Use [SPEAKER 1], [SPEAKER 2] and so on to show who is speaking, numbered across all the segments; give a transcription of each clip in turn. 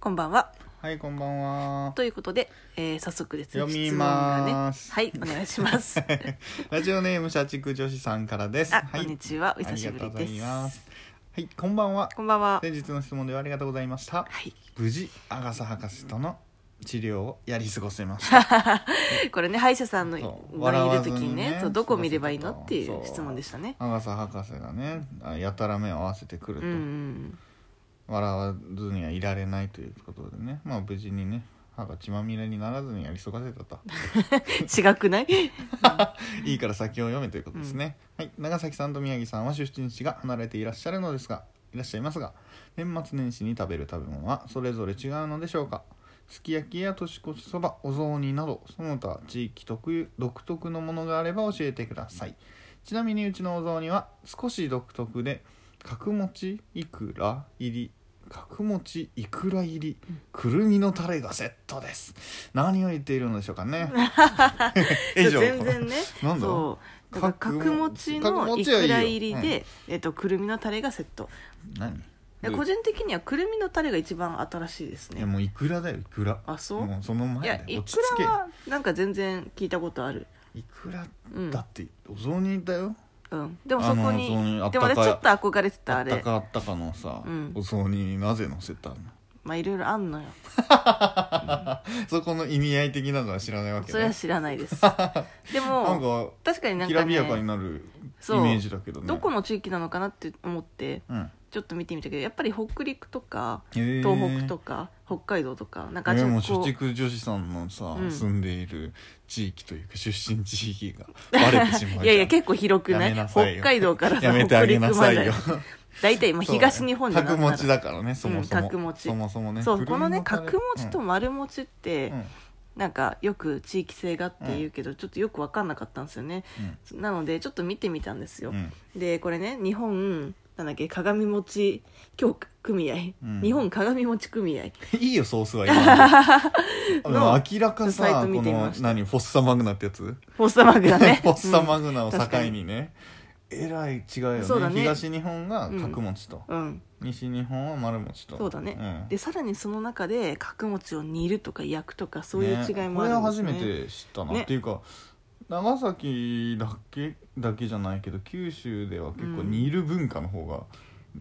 [SPEAKER 1] こんばんは。
[SPEAKER 2] はい、こんばんは。
[SPEAKER 1] ということで、えー早速ですね。
[SPEAKER 2] 読みます
[SPEAKER 1] 質問がねはい、お願いし ます。
[SPEAKER 2] ラジオネーム社畜女子さんからです。
[SPEAKER 1] あ、
[SPEAKER 2] は
[SPEAKER 1] こん
[SPEAKER 2] い
[SPEAKER 1] に、ちは。お
[SPEAKER 2] あ
[SPEAKER 1] 久
[SPEAKER 2] り
[SPEAKER 1] し
[SPEAKER 2] が
[SPEAKER 1] ぶ
[SPEAKER 2] とう
[SPEAKER 1] り
[SPEAKER 2] ござ
[SPEAKER 1] で
[SPEAKER 2] い
[SPEAKER 1] す。
[SPEAKER 2] ます。はい、こんばんは。
[SPEAKER 1] こんばんは。
[SPEAKER 2] 先日の質問ではありがとうございました。
[SPEAKER 1] はい。
[SPEAKER 2] 無事、アガサ博士との治療をやり過ごせました。
[SPEAKER 1] これね、歯医者さんの
[SPEAKER 2] そう
[SPEAKER 1] がいる時
[SPEAKER 2] 笑わず
[SPEAKER 1] に
[SPEAKER 2] に
[SPEAKER 1] ね
[SPEAKER 2] ね
[SPEAKER 1] そう、どこ見ればいいのってい
[SPEAKER 2] そう
[SPEAKER 1] う質問でしたね。
[SPEAKER 2] アガサ博士がね、あやたら目を合わせてく
[SPEAKER 1] うん
[SPEAKER 2] ると、
[SPEAKER 1] うん。
[SPEAKER 2] 笑わずにはいられないということでね、まあ無事にね、歯が血まみれにならずにやり過ごせたと。
[SPEAKER 1] 違くない
[SPEAKER 2] いいから先を読めということですね、はい長崎さんと宮城さんは出身地が離れていらっしゃるのですがいらっしゃいますが年末年始に食べる食べ物はそれぞれ違うのでしょうかすき焼きや年越しそばお雑煮などその他地域特有独特のものがあれば教えてくださいちなみにうちのお雑煮は少し独特で角餅いくら入り角餅いくら入りくるみのタレがセットです何を言っているのでしょうかね 以 上
[SPEAKER 1] 全然ね。
[SPEAKER 2] なんだ
[SPEAKER 1] そう。だから
[SPEAKER 2] 角
[SPEAKER 1] 角餅
[SPEAKER 2] 角
[SPEAKER 1] のい
[SPEAKER 2] 餅はいい
[SPEAKER 1] く
[SPEAKER 2] よ
[SPEAKER 1] ら入りで、
[SPEAKER 2] う
[SPEAKER 1] えっと、くるみのタレがセット。
[SPEAKER 2] 何
[SPEAKER 1] で個人的にはくるみのタレが一番新しいです
[SPEAKER 2] いや
[SPEAKER 1] ね。
[SPEAKER 2] もういくらだよいくら
[SPEAKER 1] あそう
[SPEAKER 2] もうその
[SPEAKER 1] い
[SPEAKER 2] 前
[SPEAKER 1] や、
[SPEAKER 2] で
[SPEAKER 1] い
[SPEAKER 2] 落
[SPEAKER 1] く
[SPEAKER 2] ち着け
[SPEAKER 1] らはなんか全然聞いたことある。
[SPEAKER 2] いくら
[SPEAKER 1] うん
[SPEAKER 2] だってお雑煮だよ
[SPEAKER 1] うん、でもそこに
[SPEAKER 2] あのそうね
[SPEAKER 1] でもあれ
[SPEAKER 2] あ
[SPEAKER 1] ち
[SPEAKER 2] ったかい
[SPEAKER 1] ょっと憧れてた
[SPEAKER 2] あ
[SPEAKER 1] あ
[SPEAKER 2] った
[SPEAKER 1] れ
[SPEAKER 2] かあったかのさ
[SPEAKER 1] うん
[SPEAKER 2] お雑煮になぜ乗せたの
[SPEAKER 1] まあいろいろあんのよ
[SPEAKER 2] そこの意味合い的なのは知らないわけ
[SPEAKER 1] それは
[SPEAKER 2] ね
[SPEAKER 1] 知らないです で
[SPEAKER 2] なん
[SPEAKER 1] も
[SPEAKER 2] か
[SPEAKER 1] 確かになん
[SPEAKER 2] き
[SPEAKER 1] から
[SPEAKER 2] びやかに
[SPEAKER 1] ね
[SPEAKER 2] なるイ
[SPEAKER 1] そう
[SPEAKER 2] メージだけどね
[SPEAKER 1] どこの地域なのかなって思って
[SPEAKER 2] うん
[SPEAKER 1] ちょっと見てみたけどやっぱり北陸とか
[SPEAKER 2] へー
[SPEAKER 1] 東北とか北海道とかなんかあっ
[SPEAKER 2] え
[SPEAKER 1] ち
[SPEAKER 2] ーも
[SPEAKER 1] の
[SPEAKER 2] う社
[SPEAKER 1] こう
[SPEAKER 2] 畜女子さんのさ
[SPEAKER 1] うん
[SPEAKER 2] 住んでいる地域というか出身地域がバレてしまうじゃん
[SPEAKER 1] いやいや結構広くな
[SPEAKER 2] やめ
[SPEAKER 1] い
[SPEAKER 2] なさ
[SPEAKER 1] 北
[SPEAKER 2] いよ
[SPEAKER 1] 海道から さ
[SPEAKER 2] やめてあ
[SPEAKER 1] 北
[SPEAKER 2] げ
[SPEAKER 1] 陸
[SPEAKER 2] な
[SPEAKER 1] ま
[SPEAKER 2] さい
[SPEAKER 1] で
[SPEAKER 2] よ
[SPEAKER 1] 大 体今東日本じゃな
[SPEAKER 2] 角
[SPEAKER 1] く
[SPEAKER 2] 餅
[SPEAKER 1] て
[SPEAKER 2] だからねそもそも、
[SPEAKER 1] うん角餅
[SPEAKER 2] そもそもね
[SPEAKER 1] そうこのね
[SPEAKER 2] くるみ
[SPEAKER 1] 角
[SPEAKER 2] タ
[SPEAKER 1] 餅
[SPEAKER 2] レ
[SPEAKER 1] と丸餅っ
[SPEAKER 2] う
[SPEAKER 1] て
[SPEAKER 2] んうん
[SPEAKER 1] なんかよく地域性がって言うけどちょっとよく分かんなかったんですよねなのでちょっと見てみたんですよ、
[SPEAKER 2] うん
[SPEAKER 1] でこれね日本なんだっけ鏡餅協組合、
[SPEAKER 2] うん
[SPEAKER 1] 日本鏡餅組合
[SPEAKER 2] いいよソースは今
[SPEAKER 1] の
[SPEAKER 2] の明らか
[SPEAKER 1] サイ
[SPEAKER 2] さ
[SPEAKER 1] ト見
[SPEAKER 2] こ
[SPEAKER 1] てみ
[SPEAKER 2] の
[SPEAKER 1] ました
[SPEAKER 2] 何フォッサマグナってやつ、
[SPEAKER 1] フォッサマグナね
[SPEAKER 2] フォッサマ
[SPEAKER 1] グ
[SPEAKER 2] グナを
[SPEAKER 1] うん
[SPEAKER 2] 境
[SPEAKER 1] 確かに
[SPEAKER 2] にね、えらい違いよね
[SPEAKER 1] そうだね
[SPEAKER 2] 東日本が角餅と、
[SPEAKER 1] うん、
[SPEAKER 2] 西日本は丸餅と
[SPEAKER 1] そうだね、
[SPEAKER 2] ん
[SPEAKER 1] でさらにその中で角餅を煮るとか焼くとかそういう違いもあ
[SPEAKER 2] ねこれ
[SPEAKER 1] る
[SPEAKER 2] は
[SPEAKER 1] んです
[SPEAKER 2] 初
[SPEAKER 1] ね
[SPEAKER 2] めて知ったな、
[SPEAKER 1] ね
[SPEAKER 2] っていうか長崎だけだけじゃないけど九州では結構
[SPEAKER 1] うん
[SPEAKER 2] 煮る文化の方が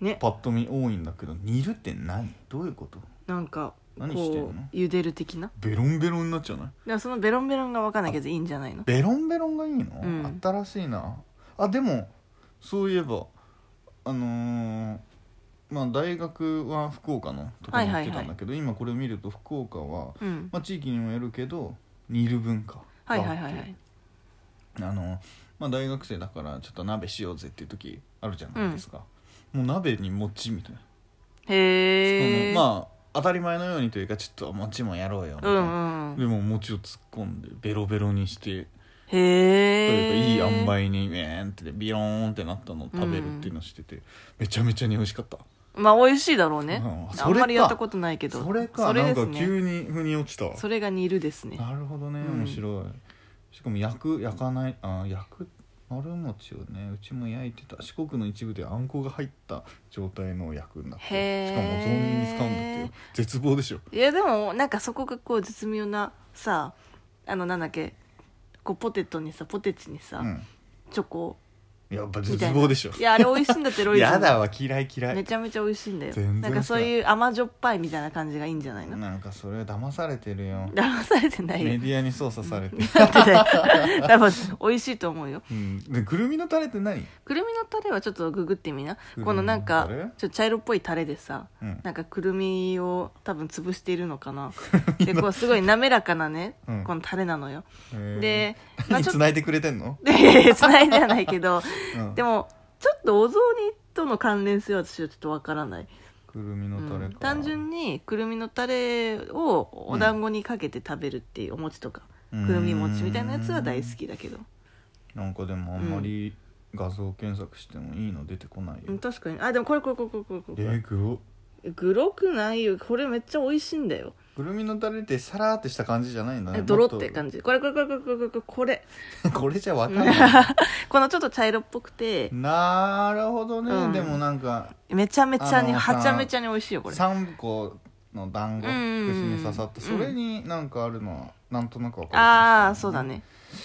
[SPEAKER 1] ね
[SPEAKER 2] パッと見多いんだけど、煮るって何どういうこと
[SPEAKER 1] なんか
[SPEAKER 2] 何してん
[SPEAKER 1] こ
[SPEAKER 2] の
[SPEAKER 1] う茹でる的な
[SPEAKER 2] ベロンベロンになっちゃうね
[SPEAKER 1] でもそのベロンベロンが分かんないけどいいんじゃないの
[SPEAKER 2] ベロンベロンがいいの、
[SPEAKER 1] うん
[SPEAKER 2] 新しいなあでもそういえばあのーまあ大学は福岡のとこに行ってたんだけど、今これ見ると福岡は、
[SPEAKER 1] うん
[SPEAKER 2] まあ、地域にもよるけど煮る文化
[SPEAKER 1] はいはいはい
[SPEAKER 2] があ
[SPEAKER 1] は
[SPEAKER 2] って
[SPEAKER 1] い
[SPEAKER 2] あの、まあ、大学生だからちょっと鍋しようぜっていう時あるじゃないですか、もう鍋に餅みたいな、
[SPEAKER 1] へえ
[SPEAKER 2] あのまあ当たり前のようにというかちょっと餅もやろうよみたいな、
[SPEAKER 1] うんうん
[SPEAKER 2] でも餅を突っ込んでベロベロにして
[SPEAKER 1] へ
[SPEAKER 2] と
[SPEAKER 1] え
[SPEAKER 2] いうかいい塩梅にウェーンってビヨーンってなったのを食べるっていうのをしてて、めちゃめちゃに美味しかった
[SPEAKER 1] まあ美味しいだろうね、
[SPEAKER 2] うん
[SPEAKER 1] あ
[SPEAKER 2] それ
[SPEAKER 1] ん
[SPEAKER 2] か
[SPEAKER 1] まりやったことないけど
[SPEAKER 2] それか
[SPEAKER 1] それ
[SPEAKER 2] な
[SPEAKER 1] で
[SPEAKER 2] ん
[SPEAKER 1] す
[SPEAKER 2] か
[SPEAKER 1] ね
[SPEAKER 2] 急に腑に落ちたわ
[SPEAKER 1] それが煮るですね
[SPEAKER 2] なるほどね
[SPEAKER 1] うん
[SPEAKER 2] 面白い、しかも焼く焼かないあ焼く丸餅をねうちも焼いてた四国の一部であんこが入った状態のを焼くんだって
[SPEAKER 1] へー
[SPEAKER 2] しかもお雑煮に使うんだってよ絶望でしょ
[SPEAKER 1] いやでもなんかそこがこう絶妙なさあのなんだっけこうポテトにさポテチにさ、
[SPEAKER 2] うん
[SPEAKER 1] チョコ
[SPEAKER 2] やっぱ
[SPEAKER 1] み
[SPEAKER 2] 絶
[SPEAKER 1] たいな
[SPEAKER 2] 望でしょ
[SPEAKER 1] いやあれ美味しいんだってロイズ
[SPEAKER 2] やだわ嫌い嫌
[SPEAKER 1] め
[SPEAKER 2] い
[SPEAKER 1] ちゃめちゃ美味しいんだよ
[SPEAKER 2] 全然違う
[SPEAKER 1] なんかそういう甘じょっぱいみたいな感じがいいんじゃないの
[SPEAKER 2] なんかそれは騙されてるよ
[SPEAKER 1] 騙されてな
[SPEAKER 2] メ
[SPEAKER 1] い
[SPEAKER 2] デ
[SPEAKER 1] よ
[SPEAKER 2] ィアに操作されて
[SPEAKER 1] だってね多分美味しいと思うよ
[SPEAKER 2] うん、でくるみのタレって何、
[SPEAKER 1] くるみのタレはちょっとググってみな
[SPEAKER 2] るみのタレ
[SPEAKER 1] このなんかちょっと茶色っぽいタレでさ
[SPEAKER 2] うん
[SPEAKER 1] なんかくるみを多分潰しているのか なでこうすごい滑らかなね、
[SPEAKER 2] うん
[SPEAKER 1] このタレなのよ
[SPEAKER 2] へー
[SPEAKER 1] で、まあ、
[SPEAKER 2] 何
[SPEAKER 1] ちょっ
[SPEAKER 2] つ
[SPEAKER 1] と
[SPEAKER 2] ないでくれてんの、
[SPEAKER 1] つない ではないけど、
[SPEAKER 2] うん、
[SPEAKER 1] でもちょっとお雑煮との関連性は私はちょっとわからない、
[SPEAKER 2] くるみのタレか、
[SPEAKER 1] うん単純にくるみのタレをお団子にかけて食べるっていうお餅とか、
[SPEAKER 2] うん
[SPEAKER 1] くるみ餅みたいなやつは大好きだけど、
[SPEAKER 2] なんかでもあんまり画像検索してもいいの出てこないよ、
[SPEAKER 1] うん、確かにあでもこれこれこれこれこれこ
[SPEAKER 2] え
[SPEAKER 1] れ
[SPEAKER 2] ー、グロ
[SPEAKER 1] グロくないよこれめっちゃ美味しいんだよ
[SPEAKER 2] くるみのタレってサラーってした感じじゃないんだね
[SPEAKER 1] ドロって
[SPEAKER 2] じ
[SPEAKER 1] 感じこれこれこれこれこれこれこ れ
[SPEAKER 2] これじゃわかん ない
[SPEAKER 1] このちょっと茶色っぽくて
[SPEAKER 2] なるほどね、
[SPEAKER 1] うん
[SPEAKER 2] でもなんか
[SPEAKER 1] めちゃめちゃに
[SPEAKER 2] あのさ
[SPEAKER 1] はちゃめちゃに美味しいよこれ
[SPEAKER 2] 3個の団子
[SPEAKER 1] うんうんうん
[SPEAKER 2] 口に刺さってそれになんかあるのはなんとなくわかる
[SPEAKER 1] ああそうだね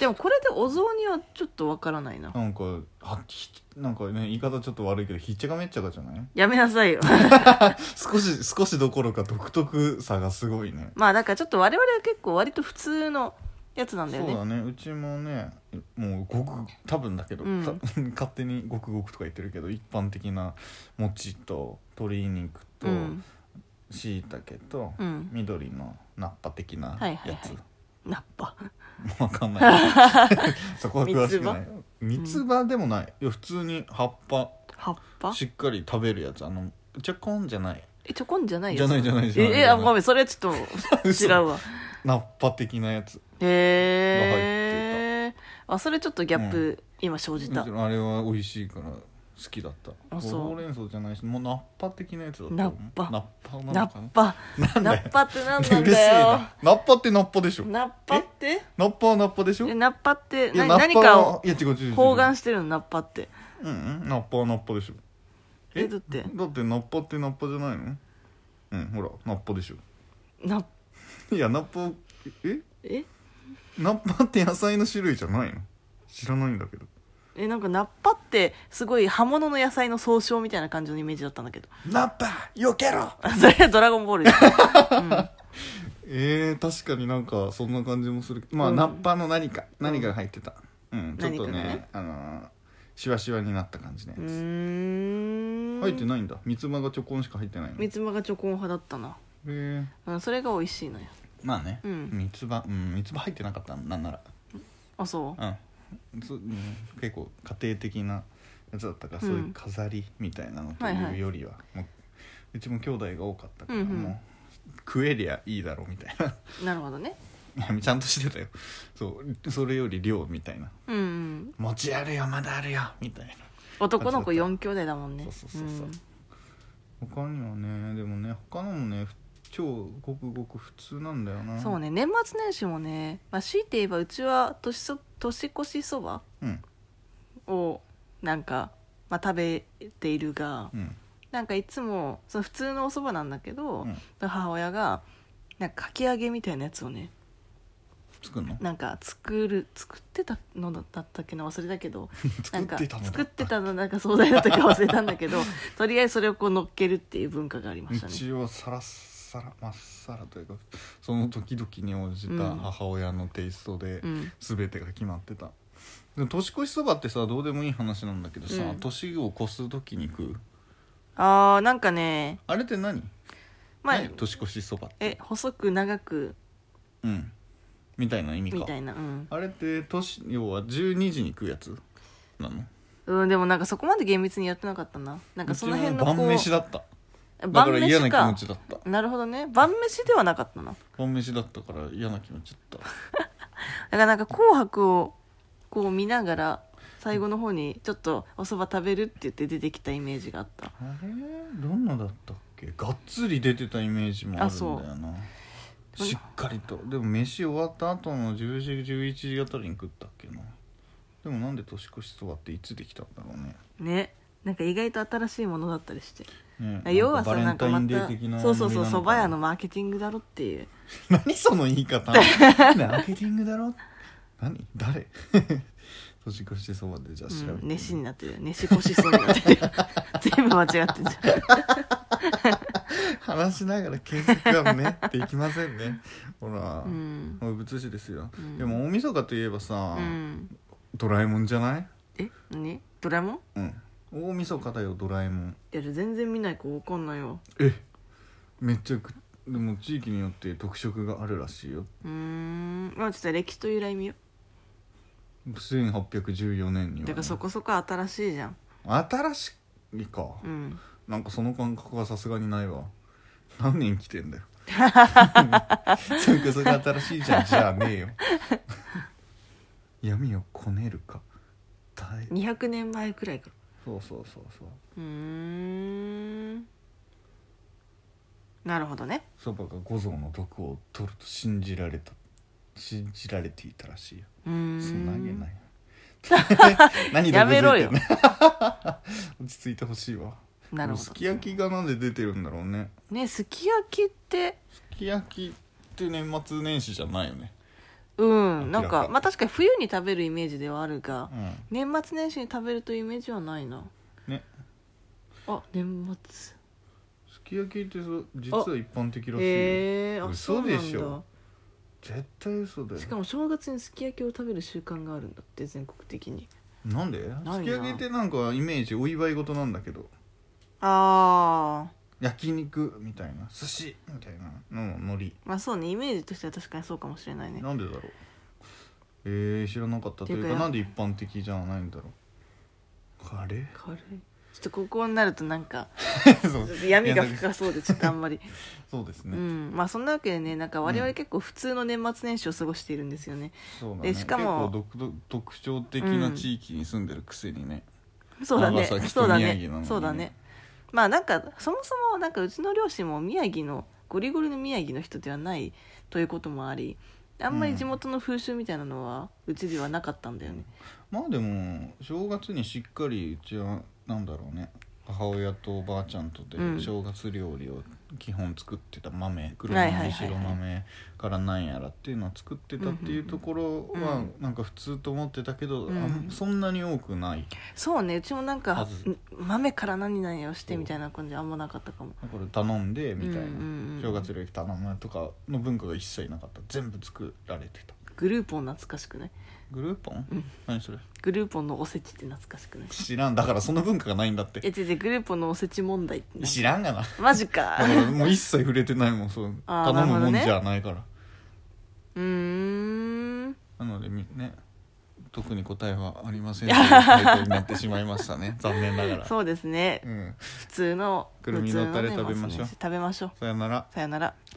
[SPEAKER 1] でもこれでお雑煮はちょっとわからないな
[SPEAKER 2] なんかはひなんかね言い方ちょっと悪いけどひっちゃかめっちゃかじゃない
[SPEAKER 1] やめなさいよ
[SPEAKER 2] 少し少しどころか独特さがすごいね
[SPEAKER 1] まあだからちょっと我々は結構割と普通のやつなんだよ
[SPEAKER 2] そう
[SPEAKER 1] ね
[SPEAKER 2] だねうちもねもうごく多分だけど、
[SPEAKER 1] うん
[SPEAKER 2] た 勝手にごくごくとか言ってるけど一般的なもちと鶏肉と
[SPEAKER 1] うん
[SPEAKER 2] しいたけと、
[SPEAKER 1] うん
[SPEAKER 2] 緑のナッパ的
[SPEAKER 1] は
[SPEAKER 2] な
[SPEAKER 1] い
[SPEAKER 2] や
[SPEAKER 1] はいはい
[SPEAKER 2] つ、
[SPEAKER 1] ナッパ
[SPEAKER 2] わかんない そこは詳しくない
[SPEAKER 1] 葉
[SPEAKER 2] 三つ葉でもないいや普通に葉っぱ
[SPEAKER 1] 葉っぱ
[SPEAKER 2] しっかり食べるやつあのちょこんじゃない
[SPEAKER 1] えちょこんじゃない
[SPEAKER 2] じゃないじゃないじゃない
[SPEAKER 1] ええあごめんそれはちょっと
[SPEAKER 2] 嘘
[SPEAKER 1] 違うわ
[SPEAKER 2] ナッパ的なやつ
[SPEAKER 1] へえあそれちょっとギャップ今生じた
[SPEAKER 2] あれは美味しいから好きだった
[SPEAKER 1] あそう
[SPEAKER 2] ほうれん草じゃないしもうナッパ的なやつだった
[SPEAKER 1] ナッパ
[SPEAKER 2] ナッパな
[SPEAKER 1] ナ
[SPEAKER 2] のか
[SPEAKER 1] ッ
[SPEAKER 2] な
[SPEAKER 1] パ
[SPEAKER 2] なんだ
[SPEAKER 1] ナ
[SPEAKER 2] よ
[SPEAKER 1] ッパって何なん
[SPEAKER 2] うるせえ
[SPEAKER 1] だよ
[SPEAKER 2] なナッパってナッパでしょ
[SPEAKER 1] ナッパって
[SPEAKER 2] ナッパはナッパでしょ
[SPEAKER 1] えナッパって
[SPEAKER 2] いや
[SPEAKER 1] 何
[SPEAKER 2] ナッ
[SPEAKER 1] 何
[SPEAKER 2] パ
[SPEAKER 1] か
[SPEAKER 2] は
[SPEAKER 1] を
[SPEAKER 2] いや違う違う違う
[SPEAKER 1] 包含してるのナッパって
[SPEAKER 2] うんうんナッパはナッパでしょ
[SPEAKER 1] えだって
[SPEAKER 2] だってナッパってナッパじゃないのうんほらナッパでしょ
[SPEAKER 1] ナッ
[SPEAKER 2] いやナッパえ
[SPEAKER 1] え
[SPEAKER 2] ナッパって野菜の種類じゃないの知らないんだけど
[SPEAKER 1] えなんかナッパってすごい葉物の野菜の総称みたいな感じのイメージだったんだけど
[SPEAKER 2] ナッパよけろ
[SPEAKER 1] それはドラゴンボールです
[SPEAKER 2] えー、確かになんかそんな感じもするまあ、
[SPEAKER 1] うん
[SPEAKER 2] ナッパの何か何かが入ってたうんちょっと
[SPEAKER 1] 何
[SPEAKER 2] ね
[SPEAKER 1] かがね
[SPEAKER 2] あのーシワシワになった感じね
[SPEAKER 1] うーん
[SPEAKER 2] 入ってないんだ三つ葉がちょこんしか入ってないの
[SPEAKER 1] 三つ葉がチョコン派だったな、
[SPEAKER 2] えー、
[SPEAKER 1] うん、それが美味しいのよ
[SPEAKER 2] まあね、
[SPEAKER 1] うん
[SPEAKER 2] 三つ葉うん三つ葉入ってなかったなんな
[SPEAKER 1] あそう
[SPEAKER 2] らうんそうん結構家庭的なやつだったから、そういう飾りみたいなのと
[SPEAKER 1] はいはいいう
[SPEAKER 2] よりは、もううちも兄弟が多かったから、
[SPEAKER 1] うんうん
[SPEAKER 2] もう食えりゃいいだろうみたいな
[SPEAKER 1] な るほどね
[SPEAKER 2] いやちゃんとしてたよそうそれより量みたいな
[SPEAKER 1] うんうん
[SPEAKER 2] 持ちあるよまだあるよみたいな
[SPEAKER 1] 男の子4兄弟だもんね
[SPEAKER 2] そうそうそうそう他にはねでもね他のもね超ごくごく普通なんだよ
[SPEAKER 1] う
[SPEAKER 2] なん
[SPEAKER 1] そうね年末年始もね、まあ、強いて言えばうちは年そ年越しそば
[SPEAKER 2] うん
[SPEAKER 1] をなんか、まあ、食べているが
[SPEAKER 2] うん
[SPEAKER 1] なんかいつもその普通のおそばなんだけど、
[SPEAKER 2] うん
[SPEAKER 1] 母親がなんかかき揚げみたいなやつをね
[SPEAKER 2] 作るの
[SPEAKER 1] なんか作る作ってたのだったっけな忘れたけど
[SPEAKER 2] 作
[SPEAKER 1] な
[SPEAKER 2] っ
[SPEAKER 1] んか
[SPEAKER 2] てたの
[SPEAKER 1] 作ってたのなんか惣菜だったか忘れたんだけ どとりあえずそれをこう乗っけるっていう文化がありましたね
[SPEAKER 2] 一応さらっさらまっさらというかその時々に応じた
[SPEAKER 1] うん
[SPEAKER 2] 母親のテイストで
[SPEAKER 1] うん
[SPEAKER 2] 全てが決まってた、でも年越しそばってさどうでもいい話なんだけどさ、
[SPEAKER 1] うん
[SPEAKER 2] 年を越す時に食う
[SPEAKER 1] あーなんかね
[SPEAKER 2] あれって何、
[SPEAKER 1] まあ
[SPEAKER 2] 何年越しそばって
[SPEAKER 1] え細く長く
[SPEAKER 2] うんみたいな意味か
[SPEAKER 1] みたいなうん、
[SPEAKER 2] あれって年要は12時に食うやつなの
[SPEAKER 1] うん、でもなんかそこまで厳密にやってなかったななんかその辺の
[SPEAKER 2] うち
[SPEAKER 1] こ
[SPEAKER 2] は
[SPEAKER 1] う
[SPEAKER 2] 晩飯だった
[SPEAKER 1] え
[SPEAKER 2] だ
[SPEAKER 1] 晩
[SPEAKER 2] から嫌
[SPEAKER 1] 飯
[SPEAKER 2] な気持
[SPEAKER 1] か
[SPEAKER 2] ちだった
[SPEAKER 1] なるほどね晩飯ではなかったな
[SPEAKER 2] 晩飯だったから嫌な気持ちだ
[SPEAKER 1] だ
[SPEAKER 2] っ
[SPEAKER 1] からなんか「紅白」をこう見ながら最後の方にちょっとおそば食べるって言って出てきたイメージがあった
[SPEAKER 2] たあれどんなだったっけがっつり出てたイメージもあるんだよな
[SPEAKER 1] そう
[SPEAKER 2] しっかりとでも飯終わった後の10時11時あたりに食ったっけなでもなんで年越しそばっていつできたんだろうね
[SPEAKER 1] ねなんか意外と新しいものだったりして
[SPEAKER 2] ね
[SPEAKER 1] 要はさなんか
[SPEAKER 2] バレ
[SPEAKER 1] ま
[SPEAKER 2] ンタイン
[SPEAKER 1] た
[SPEAKER 2] デー的な
[SPEAKER 1] そうそうそうそ
[SPEAKER 2] 蕎
[SPEAKER 1] ば
[SPEAKER 2] 麦
[SPEAKER 1] 屋のマーケティングだろっていう
[SPEAKER 2] 何その言 い方マーケティングだろ何誰 年越しそばでじゃあ調べてみる、
[SPEAKER 1] うん、熱心になってるよ熱し腰そうにな ってるよ全部間違ってんじゃん
[SPEAKER 2] 話しながら検索はねっていきませ んねほら、
[SPEAKER 1] うん、
[SPEAKER 2] もう物資ですよ、
[SPEAKER 1] ん
[SPEAKER 2] でも大晦日といえばさ、
[SPEAKER 1] うん、
[SPEAKER 2] ドラえもんじゃない
[SPEAKER 1] え何ドラえもん
[SPEAKER 2] うん大晦日だよドラえもん
[SPEAKER 1] いやじゃあ全然見ない子わかんないよ
[SPEAKER 2] えめっちゃくでも地域によって特色があるらしいよ
[SPEAKER 1] うーんまあちょっと歴史と由来見よ
[SPEAKER 2] 1814年には、
[SPEAKER 1] だからそこそこ新しいじゃん
[SPEAKER 2] 新しいか、
[SPEAKER 1] うん
[SPEAKER 2] なんかその感覚はさすがにないわ何年来てんだよ そこそこ新しいじゃんじゃあねえよ闇をこねるか耐え
[SPEAKER 1] 200年前くらいから
[SPEAKER 2] そうそうそうそう
[SPEAKER 1] うーんなるほどね
[SPEAKER 2] そばが五臓の毒を取ると信じられた信じられていたらしいよ
[SPEAKER 1] うーん
[SPEAKER 2] そんなわけない何 で
[SPEAKER 1] やめろよ
[SPEAKER 2] うずいてんの落ち着いてほしいわ
[SPEAKER 1] なるほ
[SPEAKER 2] す
[SPEAKER 1] ど
[SPEAKER 2] き焼きがなんで出てるんだろうね
[SPEAKER 1] ねすき焼きって
[SPEAKER 2] すき焼きって年末年始じゃないよね
[SPEAKER 1] うん
[SPEAKER 2] 明
[SPEAKER 1] な
[SPEAKER 2] ら
[SPEAKER 1] ん
[SPEAKER 2] か
[SPEAKER 1] かまあ確かに冬に食べるイメージではあるが
[SPEAKER 2] う、ん
[SPEAKER 1] 年末年始に食べるというイメージはないな
[SPEAKER 2] ね
[SPEAKER 1] あ年末
[SPEAKER 2] すき焼きってそう実は一般的らしいよ、
[SPEAKER 1] へえあそ
[SPEAKER 2] 嘘
[SPEAKER 1] うなんだ
[SPEAKER 2] でしょ絶対嘘だよ
[SPEAKER 1] しかも正月にすき焼きを食べる習慣があるんだって全国的に
[SPEAKER 2] なんです
[SPEAKER 1] な
[SPEAKER 2] き焼きってなんかイメージお祝い事なんだけど
[SPEAKER 1] ああ
[SPEAKER 2] 焼肉みたいな寿司みたいなののり
[SPEAKER 1] まあそうねイメージとしては確かにそうかもしれないね
[SPEAKER 2] なんでだろうえー、知らなかったという
[SPEAKER 1] て
[SPEAKER 2] か
[SPEAKER 1] いうか
[SPEAKER 2] なんで一般的じゃないんだろうカレ
[SPEAKER 1] 軽いちょっとここになるとなんか
[SPEAKER 2] ーそう
[SPEAKER 1] 闇が
[SPEAKER 2] いやなんか
[SPEAKER 1] 深そうでちょっとあんまり、
[SPEAKER 2] そうです
[SPEAKER 1] う
[SPEAKER 2] ね、
[SPEAKER 1] んまあそんなわけでねなんか我々結構普通の年末年始を過ごしているんですよね、
[SPEAKER 2] そうだね
[SPEAKER 1] でしかも
[SPEAKER 2] 結構独特特徴的な地域に住んでるくせにね、
[SPEAKER 1] そうだね
[SPEAKER 2] 長崎と
[SPEAKER 1] そうだ
[SPEAKER 2] 宮城なのに
[SPEAKER 1] ね
[SPEAKER 2] ね
[SPEAKER 1] そうだねまあなんかそもそもなんかうちの両親も宮城のゴリゴリの宮城の人ではないということもありあんまり地元の風習みたいなのはうちではなかったんだよね、
[SPEAKER 2] まあでも正月にしっかりうちはなんだろうね母親とおばあちゃんとで
[SPEAKER 1] うん
[SPEAKER 2] 正月料理を基本作ってた豆黒
[SPEAKER 1] はいはいは
[SPEAKER 2] 豆
[SPEAKER 1] いはい
[SPEAKER 2] 白豆からなんやらっていうのを作ってたっていうところ
[SPEAKER 1] う
[SPEAKER 2] は
[SPEAKER 1] ん
[SPEAKER 2] なんか普通と思ってたけど、
[SPEAKER 1] うん
[SPEAKER 2] あんそんなに多くない
[SPEAKER 1] そうねうちもなん
[SPEAKER 2] は
[SPEAKER 1] か
[SPEAKER 2] ず
[SPEAKER 1] ん豆から何々をしてみたいな感じあんまなかったかも
[SPEAKER 2] だから頼んでみたいな、
[SPEAKER 1] うんうんうん
[SPEAKER 2] 正月料理頼むとかの文化が一切なかった全部作られてた
[SPEAKER 1] グルーポン懐かしくない
[SPEAKER 2] グルーポン、
[SPEAKER 1] うん
[SPEAKER 2] 何それ
[SPEAKER 1] グルーポンのおせちって懐かしくない
[SPEAKER 2] 知らんだからその文化がないんだっ
[SPEAKER 1] え
[SPEAKER 2] て
[SPEAKER 1] 違う違うグルーポンのおせち問題ってな
[SPEAKER 2] 知らんがな
[SPEAKER 1] マジ
[SPEAKER 2] だ
[SPEAKER 1] か
[SPEAKER 2] からもう一切触れてないもんそう
[SPEAKER 1] あー
[SPEAKER 2] 頼むもんじ
[SPEAKER 1] なるほ
[SPEAKER 2] ゃないから
[SPEAKER 1] うーん
[SPEAKER 2] な,、のでみね特に答えはありませんという回答になってしまいまし たね残念ながら
[SPEAKER 1] そうですね
[SPEAKER 2] うん、
[SPEAKER 1] 普通の
[SPEAKER 2] くるみのタレ食べましょう
[SPEAKER 1] 普通のね年末年始食べましょう
[SPEAKER 2] さよなら
[SPEAKER 1] さよなら